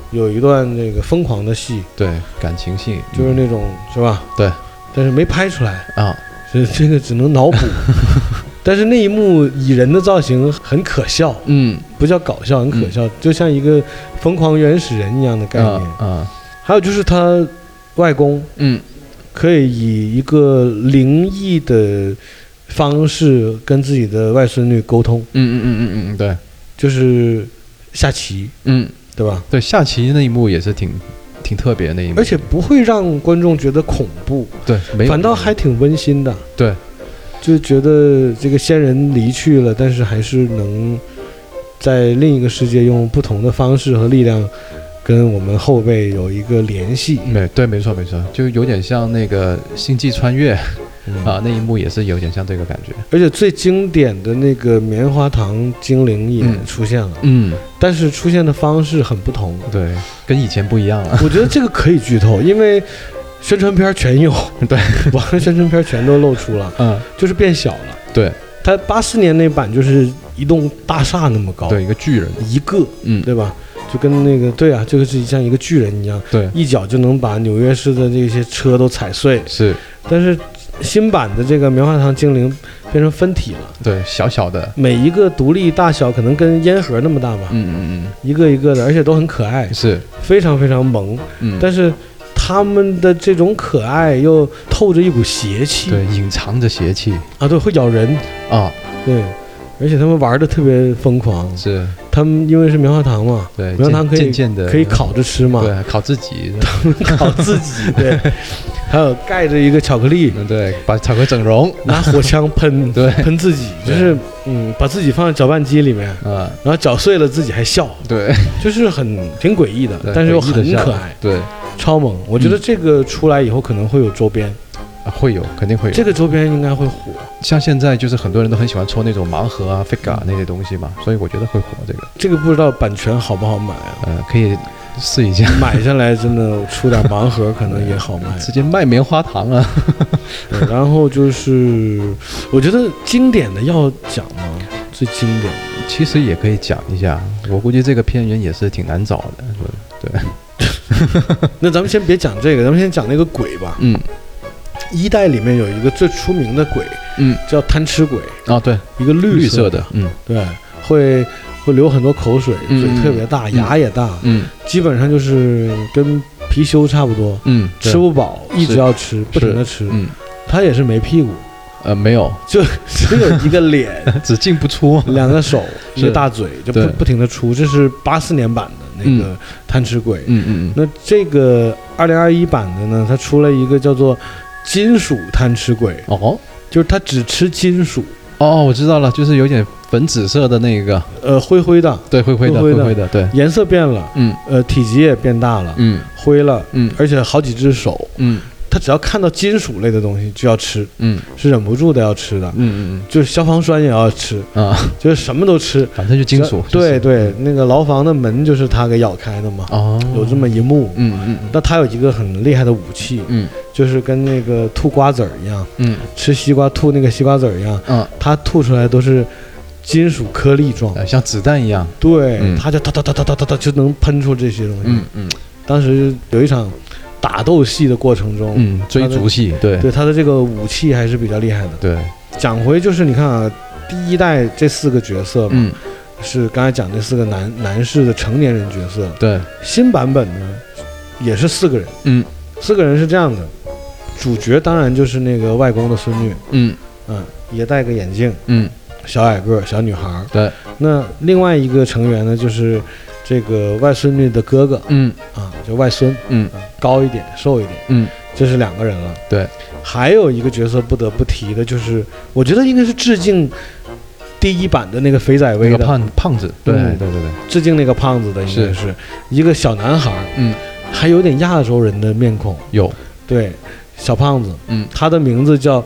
S1: 有一段那个疯狂的戏，
S2: 对，感情戏
S1: 就是那种是吧？
S2: 对，
S1: 但是没拍出来，
S2: 啊，
S1: 所以这个只能脑 补。但是那一幕蚁人的造型很可笑，
S2: 嗯，
S1: 不叫搞笑，很可笑，就像一个疯狂原始人一样的概念。
S2: 啊啊，
S1: 还有就是他外公
S2: 嗯
S1: 可以以一个灵异的方式跟自己的外孙女沟通，
S2: 嗯嗯嗯嗯嗯，对，
S1: 就是下棋，
S2: 嗯，
S1: 对吧？
S2: 对，下棋那一幕也是挺挺特别的那一幕，
S1: 而且不会让观众觉得恐怖，
S2: 对，嗯没有
S1: 反倒还挺温馨的。
S2: 对，
S1: 就觉得这个先人离去了，但是还是能在另一个世界用不同的方式和力量跟我们后辈有一个联系。
S2: 没对，没错没错，就有点像那个《星际穿越》
S1: 嗯
S2: 啊，那一幕也是有点像这个感觉。
S1: 而且最经典的那个棉花糖精灵也
S2: 嗯
S1: 出现了，
S2: 嗯，
S1: 但是出现的方式很不 同。
S2: 对，跟以前不一样了。
S1: 我觉得这个可以剧透，因为宣传片全有，
S2: 对，
S1: 网上宣传片全都露出了，
S2: 嗯，
S1: 就是变小了。
S2: 对
S1: 它八四年那版就是一栋大厦那么高，
S2: 对，一个巨人。
S1: 一个，
S2: 嗯，
S1: 对吧？就跟那个对啊，这个是像一个巨人一样，
S2: 对，
S1: 一脚就能把纽约市的这些车都踩碎。
S2: 是，
S1: 但是新版的这个棉花糖精灵变成分体了，
S2: 对，小小的。
S1: 每一个独立大小可能跟烟盒那么大吧，
S2: 嗯嗯
S1: 一个一个的，而且都很可爱
S2: 嗯，，是，
S1: 非常非常萌。
S2: 嗯，
S1: 但是他们的这种可爱又透着一股邪气，
S2: 对，隐藏着邪气
S1: 啊，对，会咬人，
S2: 啊，
S1: 对。而且他们玩的特别疯狂，
S2: 是
S1: 他们因为是棉花糖嘛，
S2: 对，
S1: 棉花糖
S2: 渐
S1: 可以
S2: 渐渐的
S1: 可以，烤着吃嘛，
S2: 对，烤自己，
S1: 烤自己，对，还有盖着一个巧克 力，
S2: 嗯，对，把巧克力整容，
S1: 拿火枪喷，
S2: 对
S1: 喷自己，就
S2: 对
S1: 是嗯，把自己放在搅拌机里面，
S2: 啊，
S1: 然后搅碎了自己还笑，
S2: 对，
S1: 就是很挺诡异的
S2: 对，
S1: 但是又
S2: 诡
S1: 很
S2: 异的笑
S1: 可爱，
S2: 对，
S1: 超萌。我觉得这个出来以后可能会有周边，
S2: 啊会有，肯定会有。
S1: 这个周边应该会火。
S2: 像现在就是很多人都很喜欢抽那种盲盒啊、fig 啊那些东西嘛，所以我觉得会火这个，
S1: 这个不知道版权好不好买啊？
S2: 呃，可以试一下，
S1: 买下来真的出点盲盒可能也好卖。
S2: 直接卖棉花糖啊，
S1: 对然后就是，我觉得经典的要讲吗？最经典的
S2: 其实也可以讲一下，我估计这个片源也是挺难找的，
S1: 那咱们先别讲这个，咱们先讲那个鬼吧。
S2: 嗯
S1: 一代里面有一个最出名的鬼
S2: 嗯，
S1: 叫贪吃鬼，
S2: 哦对，
S1: 一个
S2: 绿
S1: 色
S2: 色的，嗯
S1: 对，会会流很多口水，
S2: 嗯
S1: 嘴特别大，
S2: 嗯
S1: 牙也大，
S2: 嗯
S1: 基本上就是跟貔貅差不多，
S2: 嗯，对
S1: 吃不饱，一直要吃，不停的吃。
S2: 嗯
S1: 他也是没屁股，
S2: 呃没有，
S1: 就 只有一个脸、
S2: 只进不 出，
S1: 两个手、
S2: 是
S1: 一个大嘴，就不
S2: 对
S1: 不停的出。这是八四年版的那个贪吃鬼。
S2: 嗯嗯嗯，
S1: 那这个二零二一版的呢，它出了一个叫做金属贪吃鬼，
S2: 哦
S1: 就是它只吃金属。
S2: 哦，我知道了，就是有点粉紫色的那个，
S1: 呃，灰灰的，
S2: 对，灰灰的
S1: 灰
S2: 灰
S1: 灰的
S2: 灰的，对，
S1: 颜色变了，
S2: 嗯
S1: 呃，体积也变大了，
S2: 嗯
S1: 灰了，
S2: 嗯
S1: 而且好几只手。
S2: 嗯
S1: 它只要看到金属类的东西就要吃，
S2: 嗯
S1: 是忍不住的要吃的
S2: 嗯，嗯
S1: 就是消防栓也要吃，
S2: 嗯啊，
S1: 就是什么都吃。
S2: 反正就金属，
S1: 只要对对，那个牢房的门就是它给咬开的嘛，
S2: 哦，
S1: 有这么一幕。
S2: 嗯嗯嗯
S1: 那它有一个很厉害的武器，
S2: 嗯
S1: 就是跟那个吐瓜子儿一样，
S2: 嗯
S1: 吃西瓜吐那个西瓜子儿一样，
S2: 嗯。
S1: 它吐出来都是金属颗粒状，
S2: 呃，像子弹一样。
S1: 对，
S2: 嗯
S1: 它就哒哒哒哒哒哒哒就能喷出这些东西。
S2: 嗯
S1: 当时有一场打斗戏的过程中，
S2: 嗯，追逐戏，对
S1: 对它的这个武器还是比较厉害的。
S2: 对，
S1: 讲回就是你看啊，第一代这四个角色嘛，
S2: 嗯
S1: 是刚才讲这四个男男士的成年人角色。
S2: 对，
S1: 新版本呢，也是四个人，
S2: 嗯
S1: 四个人是这样的，主角当然就是那个外公的孙女，
S2: 嗯
S1: 嗯，也戴个眼镜，
S2: 嗯，
S1: 小矮个儿小女孩儿。
S2: 对，
S1: 那另外一个成员呢，就是这个外孙女的哥哥
S2: 嗯
S1: 啊，就外孙，
S2: 嗯
S1: 啊，高一点，瘦一点，
S2: 嗯，
S1: 这是两个人了。
S2: 对，
S1: 还有一个角色不得不提的就是，我觉得应该是致敬第一版的那个肥仔
S2: 那
S1: 威
S2: 个
S1: 的，
S2: 胖胖子，对
S1: 嗯
S2: 对对对，
S1: 致敬那个胖子的，应该
S2: 是
S1: 是一个小男孩儿，
S2: 嗯，
S1: 还有点亚洲人的面孔，
S2: 有
S1: 对，小胖子，
S2: 嗯，
S1: 他的名字叫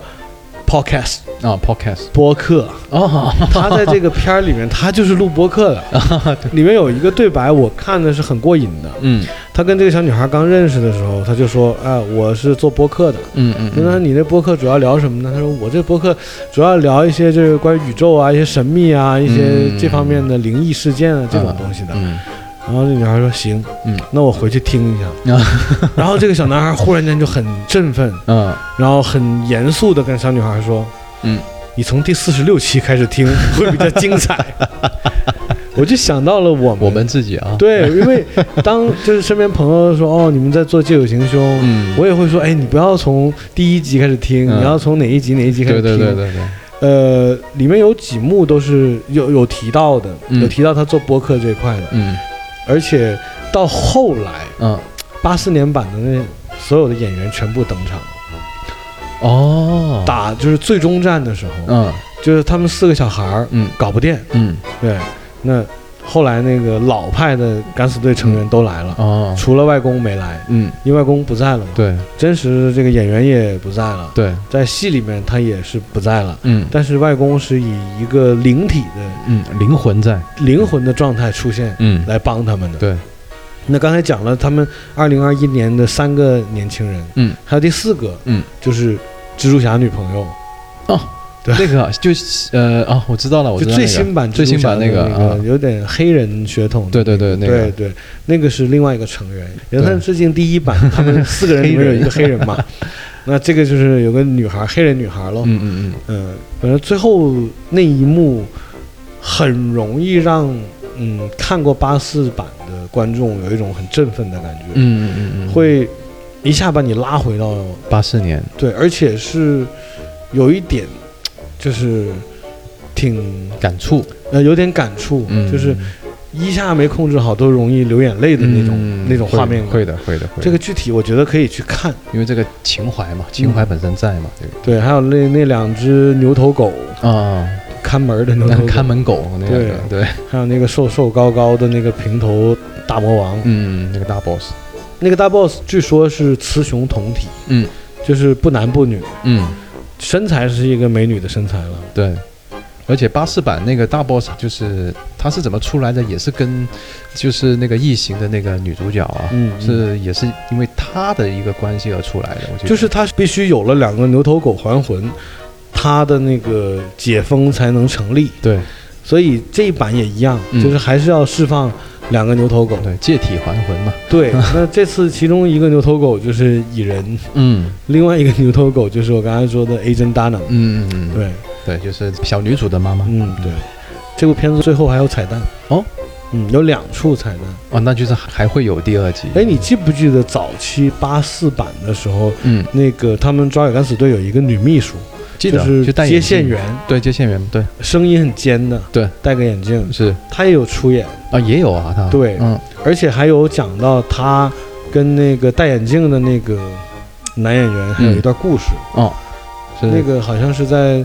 S1: Podcast
S2: 啊，podcast
S1: 播 客，
S2: 哦，
S1: 他在这个片儿里面，他就是录播客 的。
S2: 啊
S1: 里面有一个对白，我看的是很过瘾的。
S2: 嗯
S1: 他跟这个小女孩刚认识的时候，他就说：“哎，我是做播客的。”
S2: 嗯嗯
S1: 那
S2: 嗯，
S1: 你那播客主要聊什么呢？他说：“我这播客主要聊一些这个关于宇宙啊、一些神秘啊、一些
S2: 嗯
S1: 这方面的灵异事件啊这种东西的。”
S2: 嗯
S1: 然后这女孩说：“行，
S2: 嗯，
S1: 那我回去听一下。” 然后这个小男孩忽然间就很振奋，
S2: 嗯
S1: 然后很严肃的跟小女孩说：“
S2: 嗯，
S1: 你从第四十六期开始听会比较精 彩。”我就想到了我们，
S2: 我们自己啊，，
S1: 对，因为当就是身边朋友说：“哦，你们在做《借酒行凶》
S2: 嗯，
S1: 我也会说：“哎，你不要从第一集开始听，
S2: 嗯
S1: 你要从哪一集哪一集开始
S2: 对
S1: 听。
S2: 对对对对，
S1: 呃，里面有几幕都是有有提到的，
S2: 嗯
S1: 有提到他做播客这一块的，
S2: 嗯
S1: 而且到后来
S2: 嗯，
S1: 八四年版的那所有的演员全部登场，
S2: 哦，，
S1: 打就是最终战的时候，
S2: 嗯
S1: 就是他们四个小孩儿
S2: 嗯
S1: 搞不定。
S2: 嗯，
S1: 对，那后来那个老派的敢死队成员都来了，
S2: 哦，
S1: 除了外公没来，
S2: 嗯，
S1: 因为外公不在了嘛。
S2: 对
S1: 真实这个演员也不在了，
S2: 对，
S1: 在戏里面他也是不在了。
S2: 嗯
S1: 但是外公是以一个灵体的
S2: 嗯，灵魂在，
S1: 灵魂的状态出现
S2: 嗯，
S1: 来帮他们的。
S2: 对，
S1: 那刚才讲了他们二零二一年的三个年轻人，
S2: 嗯，
S1: 还有第四个，
S2: 嗯，
S1: 就是蜘蛛侠女朋友，
S2: 那个就是呃啊，我知道了，我知
S1: 就
S2: 道
S1: 最
S2: 那个，
S1: 新版
S2: 最新版
S1: 那
S2: 那个
S1: 个
S2: 啊
S1: 有点黑人血统的
S2: 对对对，那
S1: 对
S2: 个，
S1: 对，那个是另外一个成员，也算致敬第一 版，他们四个人里面有一个黑人嘛。 那这个就是有个女孩，黑人女孩咯。
S2: 嗯嗯
S1: 嗯，反正最后那一幕很容易让嗯看过八四版的观众有一种很振奋的感
S2: 嗯
S1: 觉，
S2: 嗯嗯嗯，
S1: 会一下把你拉回到
S2: 八四年，
S1: 对，而且是有一点就是挺
S2: 感触，
S1: 呃有点感触，
S2: 嗯，
S1: 就是一下没控制好都容易流眼泪的那种、
S2: 嗯
S1: 那种
S2: 会
S1: 画面感。
S2: 会的会的会的，嗯
S1: 这个具体我觉得可以去看。
S2: 因为这个情怀嘛，情怀本身在嘛，这个
S1: 对，还有那那两只牛头狗，
S2: 啊，
S1: 嗯看门儿的牛
S2: 那
S1: 头狗，
S2: 看门狗那个
S1: 对
S2: 对，
S1: 还有那个瘦瘦高高的那个平头大魔王，
S2: 嗯，那个大 boss，
S1: 那个大 boss 据说是雌雄同体，
S2: 嗯，
S1: 就是不男不女，
S2: 嗯，
S1: 身材是一个美女的身材了。
S2: 对。而且八四版那个大 boss 就是他是怎么出来的，也是跟就是那个异形的那个女主角啊，
S1: 嗯
S2: 是也是因为他的一个关系而出来的，我觉得
S1: 就是他必须有了两个牛头狗还魂，他的那个解封才能成立。
S2: 对
S1: 所以这一版也一样，
S2: 嗯
S1: 就是还是要释放两个牛头狗。
S2: 对借体还魂嘛，
S1: 对，那这次其中一个牛头狗就是蚁人，
S2: 嗯
S1: 另外一个牛头狗就是我刚才说的 A 珍达能。
S2: 嗯嗯
S1: 对，
S2: 对，就是小女主的妈妈
S1: 嗯对，这部片子最后还有彩蛋
S2: 哦，
S1: 嗯，有两处彩蛋。
S2: 哦，那就是还会有第二集，
S1: 哎，你记不记得早期八四版的时候，
S2: 嗯
S1: 那个他们抓野敢死队有一个女秘书，
S2: 记得
S1: 就是
S2: 就戴眼
S1: 接线
S2: 镜
S1: 员，
S2: 对接线员对
S1: 声音很尖的，
S2: 对，
S1: 戴个眼镜，
S2: 是
S1: 她也有出演，
S2: 啊，也有啊，他
S1: 对
S2: 嗯，
S1: 而且还有讲到她跟那个戴眼镜的那个男演员还有一段故事，
S2: 是
S1: 那个好像是在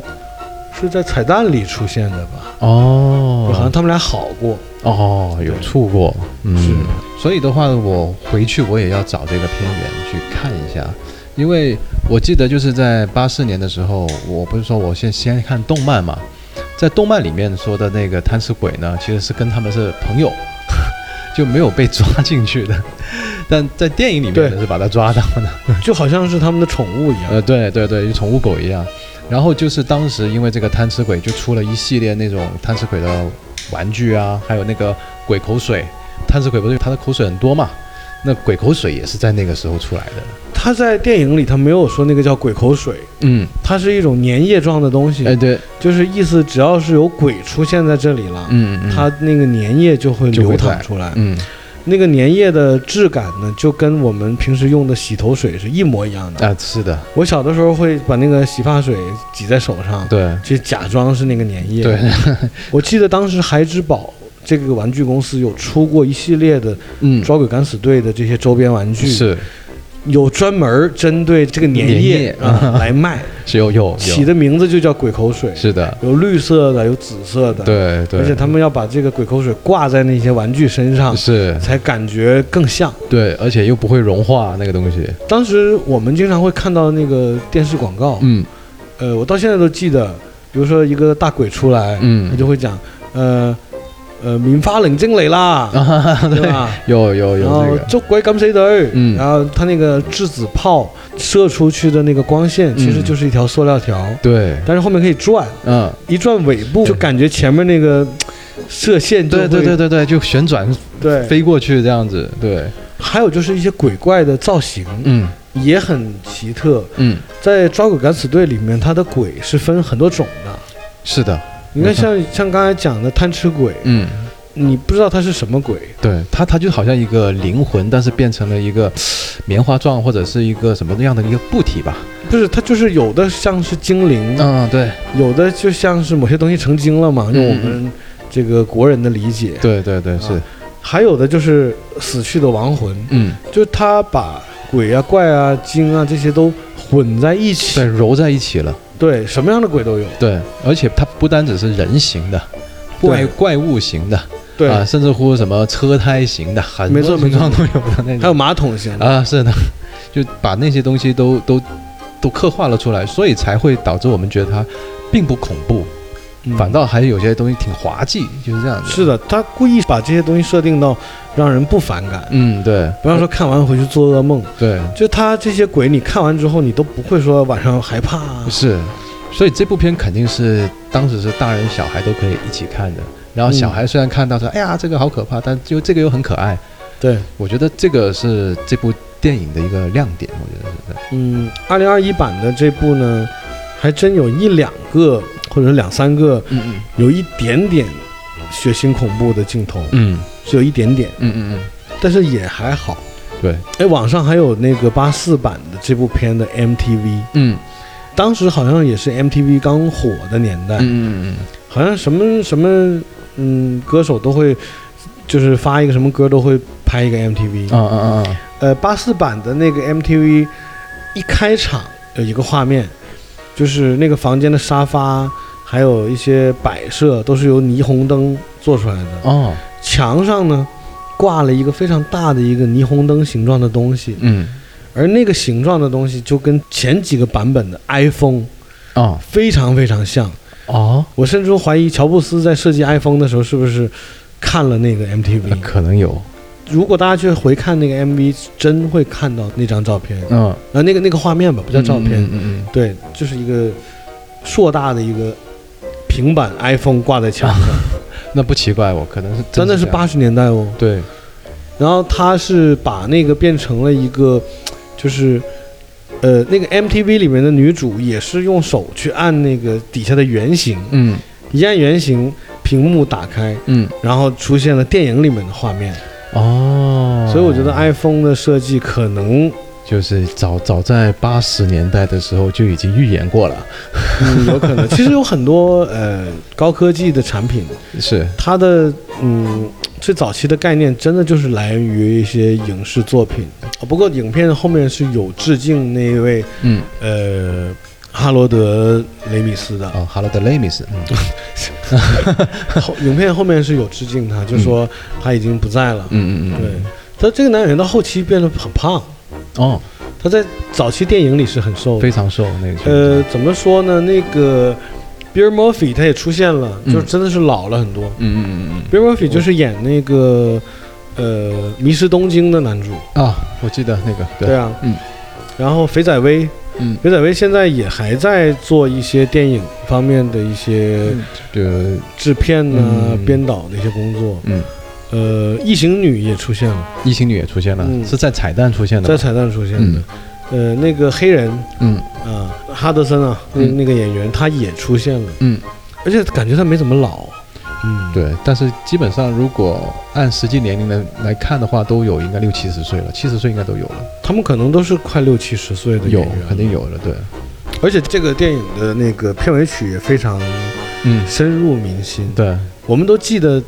S1: 是在彩蛋里出现的吧，
S2: 哦，
S1: 好像他们俩好过，
S2: 哦，有触过，
S1: 是
S2: 嗯，所以的话，我回去我也要找这个片源去看一下，因为我记得就是在八四年的时候，我不是说我先先看动漫嘛，在动漫里面说的那个贪吃鬼呢，其实是跟他们是朋友， 就没有被抓进去的，但在电影里面呢
S1: 对
S2: 是把他抓到的。
S1: 就好像是他们的宠物一样。
S2: 嗯呃，对对对，就宠物狗一样。然后就是当时因为这个贪吃鬼，就出了一系列那种贪吃鬼的玩具啊，还有那个鬼口水。贪吃鬼不是他的口水很多嘛？那鬼口水也是在那个时候出来的。
S1: 他在电影里他没有说那个叫鬼口水，
S2: 嗯，
S1: 它是一种粘液状的东西，
S2: 哎对，
S1: 就是意思只要是有鬼出现在这里了，
S2: 嗯嗯，
S1: 它那个粘液就会
S2: 就会
S1: 流淌
S2: 在
S1: 出来。
S2: 嗯
S1: 那个粘液的质感呢，就跟我们平时用的洗头水是一模一样的。
S2: 啊，是的，
S1: 我小的时候会把那个洗发水挤在手上，
S2: 对
S1: 去假装是那个粘液。
S2: 对，，
S1: 我记得当时孩之宝这个玩具公司有出过一系列的
S2: 嗯，
S1: 抓鬼敢死队的这些周边玩具，
S2: 是
S1: 有专门针对这个粘
S2: 粘
S1: 液
S2: 液
S1: 啊来卖，
S2: 是有有
S1: 起
S2: 有，
S1: 的名字就叫鬼口水，
S2: 是的，
S1: 有绿色的，有紫色的，，
S2: 对
S1: 而且
S2: 对，
S1: 他们要把这个鬼口水挂在那些玩具身上，
S2: 是，
S1: 才感觉更像。
S2: 对，而且又不会融化那个东西，
S1: 当时我们经常会看到那个电视广告，
S2: 嗯
S1: 呃，我到现在都记得，比如说一个大鬼出来，他
S2: 嗯，
S1: 就会讲，呃，呃，民发冷静嚟啦， 对吧？
S2: 嗯有有
S1: 然
S2: 啊有
S1: 后
S2: 这个，
S1: 捉鬼敢死队，
S2: 嗯
S1: 然后他那个质子炮射出去的那个光线，其
S2: 嗯
S1: 实就是一条塑料条，
S2: 对，
S1: 但是后面可以转，
S2: 嗯，
S1: 一转尾部就感觉前面那个呃射线就
S2: 对
S1: 会
S2: 对对对对，就旋转
S1: 对
S2: 飞过去这样子，对，
S1: 还有就是一些鬼怪的造型
S2: 嗯
S1: 也很奇特，
S2: 嗯，
S1: 在《抓鬼敢死队》里面，它的鬼是分很多种的。
S2: 是的，
S1: 你看像，像刚才讲的贪吃鬼，
S2: 嗯。
S1: 你不知道它是什么鬼，
S2: 对它，它就好像一个灵魂，但是变成了一个 嘶棉花状或者是一个什么样的一个固体吧。
S1: 不是它就是有的像是精灵，
S2: 嗯，对，
S1: 有的就像是某些东西成精了嘛，
S2: 嗯
S1: 用我们这个国人的理解，
S2: 对对对，是
S1: 啊，还有的就是死去的亡魂，
S2: 嗯，
S1: 就是他把鬼啊、怪啊、精啊这些都混在一起
S2: 对，，揉在一起了。
S1: 对，什么样的鬼都有，
S2: 对，而且它不单只是人形的，怪
S1: 对
S2: 怪物型的，
S1: 对，
S2: 啊，甚至乎什么车胎型的，很
S1: 没错
S2: 多
S1: 没
S2: 形
S1: 错
S2: 状都有的那
S1: 还有
S2: 种。
S1: 马桶型的，
S2: 啊，是的， 就把那些东西都都都刻画了出来，所以才会导致我们觉得它并不恐怖，
S1: 嗯
S2: 反倒还有些东西挺滑稽，就是这样子。
S1: 是的，他故意把这些东西设定到让人不反感，
S2: 嗯，对
S1: 不要说看完回去做噩梦。
S2: 对，
S1: 就他这些鬼，你看完之后，你都不会说晚上害怕、啊。
S2: 是，所以这部片肯定是当时是大人小孩都可以一起看的。然后小孩虽然看到说，哎呀，这个好可怕，但就这个又很可爱。
S1: 对，
S2: 我觉得这个是这部电影的一个亮点，我觉得是的。
S1: 嗯，二零二一版的这部呢，还真有一两个或者两三个
S2: 嗯嗯
S1: 有一点点血腥恐怖的镜头，
S2: 嗯
S1: 只有一点点，
S2: 嗯嗯嗯，
S1: 但是也还好。
S2: 对，
S1: 哎，网上还有那个八四版的这部片的 MTV，
S2: 嗯
S1: 当时好像也是 MTV 刚火的年代，
S2: 嗯嗯
S1: 好像什么什么嗯歌手都会，就是发一个什么歌都会拍一个 MTV
S2: 嗯，啊啊啊啊，
S1: 呃，八四版的那个 MTV 一开场有一个画面，就是那个房间的沙发，还有一些摆设都是由霓虹灯做出来的。
S2: 哦，
S1: 墙上呢挂了一个非常大的一个霓虹灯形状的东西，
S2: 嗯
S1: 而那个形状的东西就跟前几个版本的 iPhone
S2: 哦
S1: 非常非常像。
S2: 哦，
S1: 我甚至怀疑乔布斯在设计 iPhone 的时候是不是看了那个
S2: 那
S1: MTV。
S2: 呃可能有，
S1: 如果大家去回看那个 MV，真会看到那张照片。
S2: 嗯，
S1: 啊，那个那个画面吧，不
S2: 不
S1: 叫照片，
S2: 嗯嗯嗯
S1: 对，就是一个硕大的一个平板 iPhone 挂在墙上，
S2: 嗯，那不奇怪，我可能是
S1: 真的是
S2: 这样
S1: 八十年代哦。
S2: 对，
S1: 然后他是把那个变成了一个，就是，呃，那个 MTV 里面的女主也是用手去按那个底下的圆形，
S2: 嗯
S1: 一按圆形，屏幕打开，
S2: 嗯
S1: 然后出现了电影里面的画面。
S2: 哦，
S1: 所以我觉得 iPhone 的设计可能、
S2: 就是早早在八十年代的时候就已经预言过了，
S1: 嗯、有可能，其实有很多呃高科技的产品。
S2: 是，
S1: 它的嗯最早期的概念真的就是来源于一些影视作品，哦不过影片后面是有致敬那一位
S2: 嗯，
S1: 呃哈罗德雷米斯的，
S2: 哦 h e l l o the Lamis，
S1: 后影片后面是有致敬他，就说他已经不在了。
S2: 嗯嗯嗯
S1: 对，他这个男演员到后期变得很胖，
S2: 对，哦，
S1: 他在早期电影里是很瘦的
S2: 非。常瘦那个，
S1: 呃，，怎么说呢？那个 Bill Murphy 他也出现了，
S2: 嗯
S1: 就真的是老了很多。
S2: 嗯嗯嗯
S1: Bill Murphy 就是演那个呃《迷失东京》的男主。
S2: 嗯，啊，我记得那个，
S1: 对，啊，
S2: 嗯。
S1: 然后肥仔威，
S2: 嗯，
S1: 肥仔威现在也还在做一些电影方面的一些
S2: 就
S1: 制片呐、
S2: 嗯
S1: 编导的一些工作。
S2: 嗯，
S1: 呃，异形女也出现了，
S2: 异形女也出现了
S1: 嗯，
S2: 是在彩蛋出现的
S1: 在
S2: 吗，
S1: 彩蛋出现的。呃，那个黑人
S2: 嗯
S1: 啊，哈德森啊，那
S2: 嗯
S1: 那个演员他也出现了。
S2: 嗯，
S1: 而且感觉他没怎么老。嗯，
S2: 对，但是基本上如果按实际年龄来来看的话，都有
S1: 嗯
S2: 应该六七十岁了，七十岁应该都有了，
S1: 他们可能都是快六七十岁的
S2: 有
S1: 演员
S2: 肯定。有了，对，
S1: 而且这个电影的那个片尾曲也非常
S2: 嗯，
S1: 深入民心，
S2: 对，
S1: 我们都记得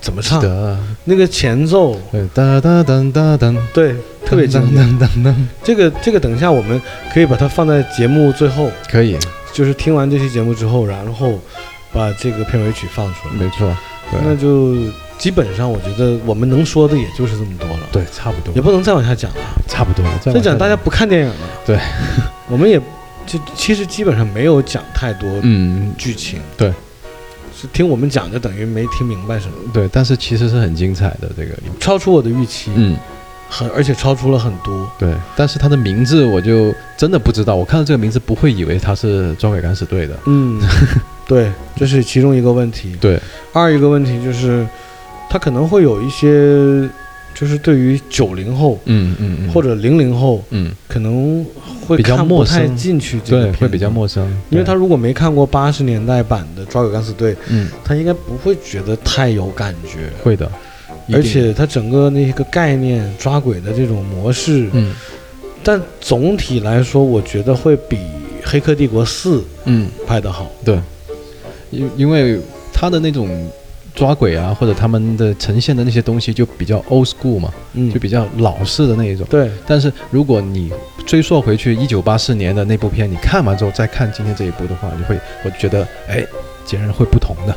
S1: 怎么
S2: 记
S1: 唱，
S2: 得，
S1: 那个前奏，
S2: 对，哒哒哒哒哒，
S1: 对，特别经典。
S2: 当当当，
S1: 这个这个，等一下我们可以把它放在节目最后，
S2: 可以，
S1: 就是听完这期节目之后，然后把这个片尾曲放出来。
S2: 没错，
S1: 那
S2: 对，
S1: 就基本上，我觉得我们能说的也就是这么多了，
S2: 对，差不多
S1: 也，不能再往下讲了。
S2: 差不多了，再
S1: 再
S2: 往
S1: 讲
S2: 下
S1: 大家，不看电影了，
S2: 对，
S1: 我们也就其实基本上没有讲太多
S2: 嗯，
S1: 剧情，
S2: 对，
S1: 是听我们讲就等于没听明白什么，
S2: 对，但是其实是很精彩的这个里面，
S1: 超出我的预期，
S2: 嗯。
S1: 很而且超出了很多。
S2: 对，但是他的名字我就真的不知道，我看到这个名字不会以为他是庄伟敢死队的。
S1: 嗯， 对，这是其中一个问题。
S2: 对，
S1: 二一个问题就是，他可能会有一些，就是对于九零后
S2: 嗯嗯嗯，
S1: 或者零零后，
S2: 嗯，
S1: 可能会
S2: 比较
S1: 看不
S2: 陌
S1: 太
S2: 生
S1: 进去这个
S2: 对，
S1: 片
S2: 会比较
S1: 子，
S2: 陌生，
S1: 因为
S2: 对
S1: 他如果没看过八十年代版的《抓鬼敢死队》，
S2: 嗯
S1: 他应该不会觉得太有感觉。
S2: 会的，一定
S1: 而且他整个那个概念抓鬼的这种模式，
S2: 嗯
S1: 但总体来说，我觉得会比《黑客帝国四》
S2: 嗯
S1: 拍得好。
S2: 对，因因为他的那种抓鬼啊，或者他们的呈现的那些东西就比较 old school 嘛，
S1: 嗯
S2: 就比较老式的那一种。
S1: 对，
S2: 但是如果你追溯回去一九八四年的那部片，你看完之后再看今天这一部的话，你会我觉得哎，截然会不同的。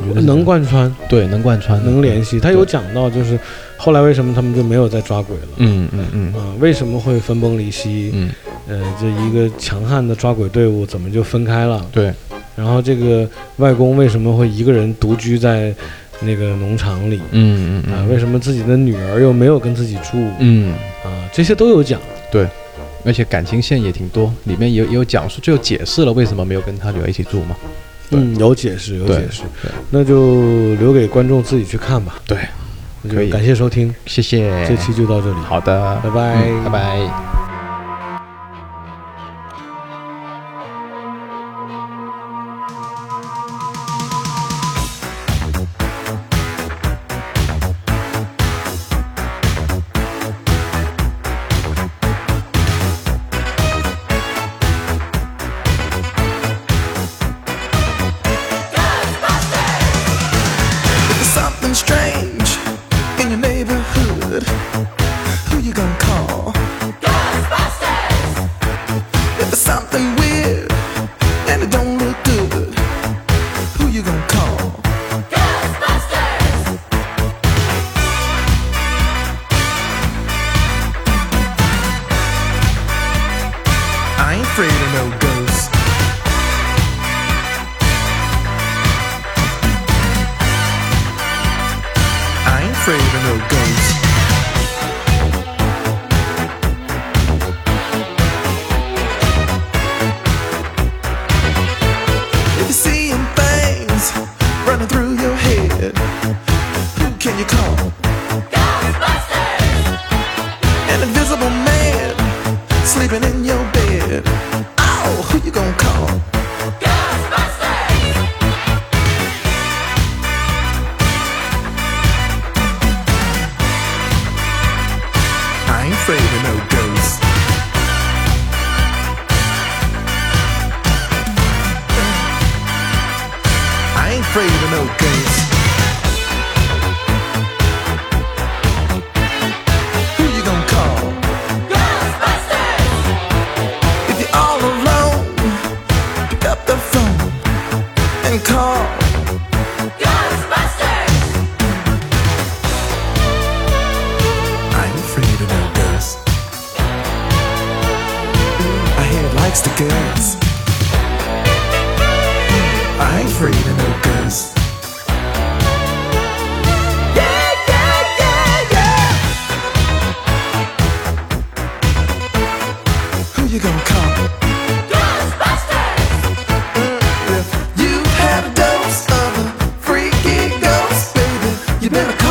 S2: 我觉得是这
S1: 能
S2: 样
S1: 贯穿，
S2: 对能贯穿的
S1: 能联系。他有讲到，就是后来为什么他们就没有再抓鬼了。
S2: 嗯嗯嗯
S1: 嗯，为什么会分崩离析？
S2: 嗯，
S1: 呃，这一个强悍的抓鬼队伍怎么就分开了？
S2: 对，
S1: 然后这个外公为什么会一个人独居在那个农场里？
S2: 嗯嗯
S1: 啊，为什么自己的女儿又没有跟自己住？
S2: 嗯，
S1: 啊，这些都有讲。
S2: 而且感情线也挺多，里面也有也有讲述，就有解释了为什么没有跟他女儿一起住嘛。对
S1: 嗯，有解释，有
S2: 对
S1: 解释
S2: 对。
S1: 那就留给观众自己去看吧。
S2: 对，
S1: 那就
S2: 可以
S1: 感谢收听，
S2: 谢谢，
S1: 这期就到这里，
S2: 好的，
S1: 拜拜，
S2: 嗯拜拜。
S3: There's something strange in your neighborhood. Who you gonna call? Ghostbusters! If there's something weird and it don't look good, who you gonna call? Ghostbusters! I ain't afraid of no ghosts. I ain't afraid of no ghosts. If you're seeing things running through your head, who can you call? Ghostbusters! An invisible man sleeping in your bed. Oh, who you gonna call? I ain't afraid of no ghosts. I ain't afraid of no ghosts. Who you gonna call? Ghostbusters! If you're all alone, pick up the phone and call. I ain't afraid of no ghosts. I hear it likes the girls. I ain't afraid of no ghosts. Yeah, yeah, yeah, yeah. Who you gonna call? Ghostbusters! If you have a dose of a freaky ghost, baby, you better call.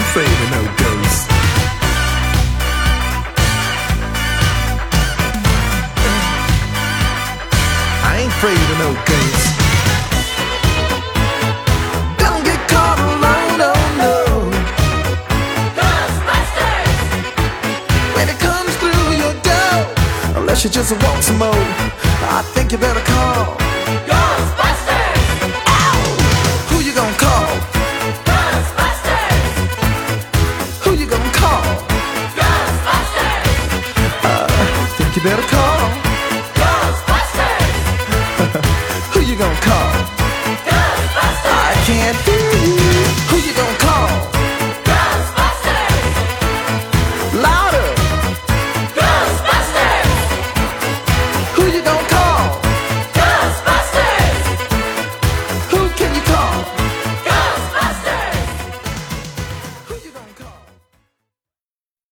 S3: afraid of no ghosts. I ain't afraid of no ghosts. Don't get caught alone, no, no. When it comes through your door, unless you just want some more, I think you better call.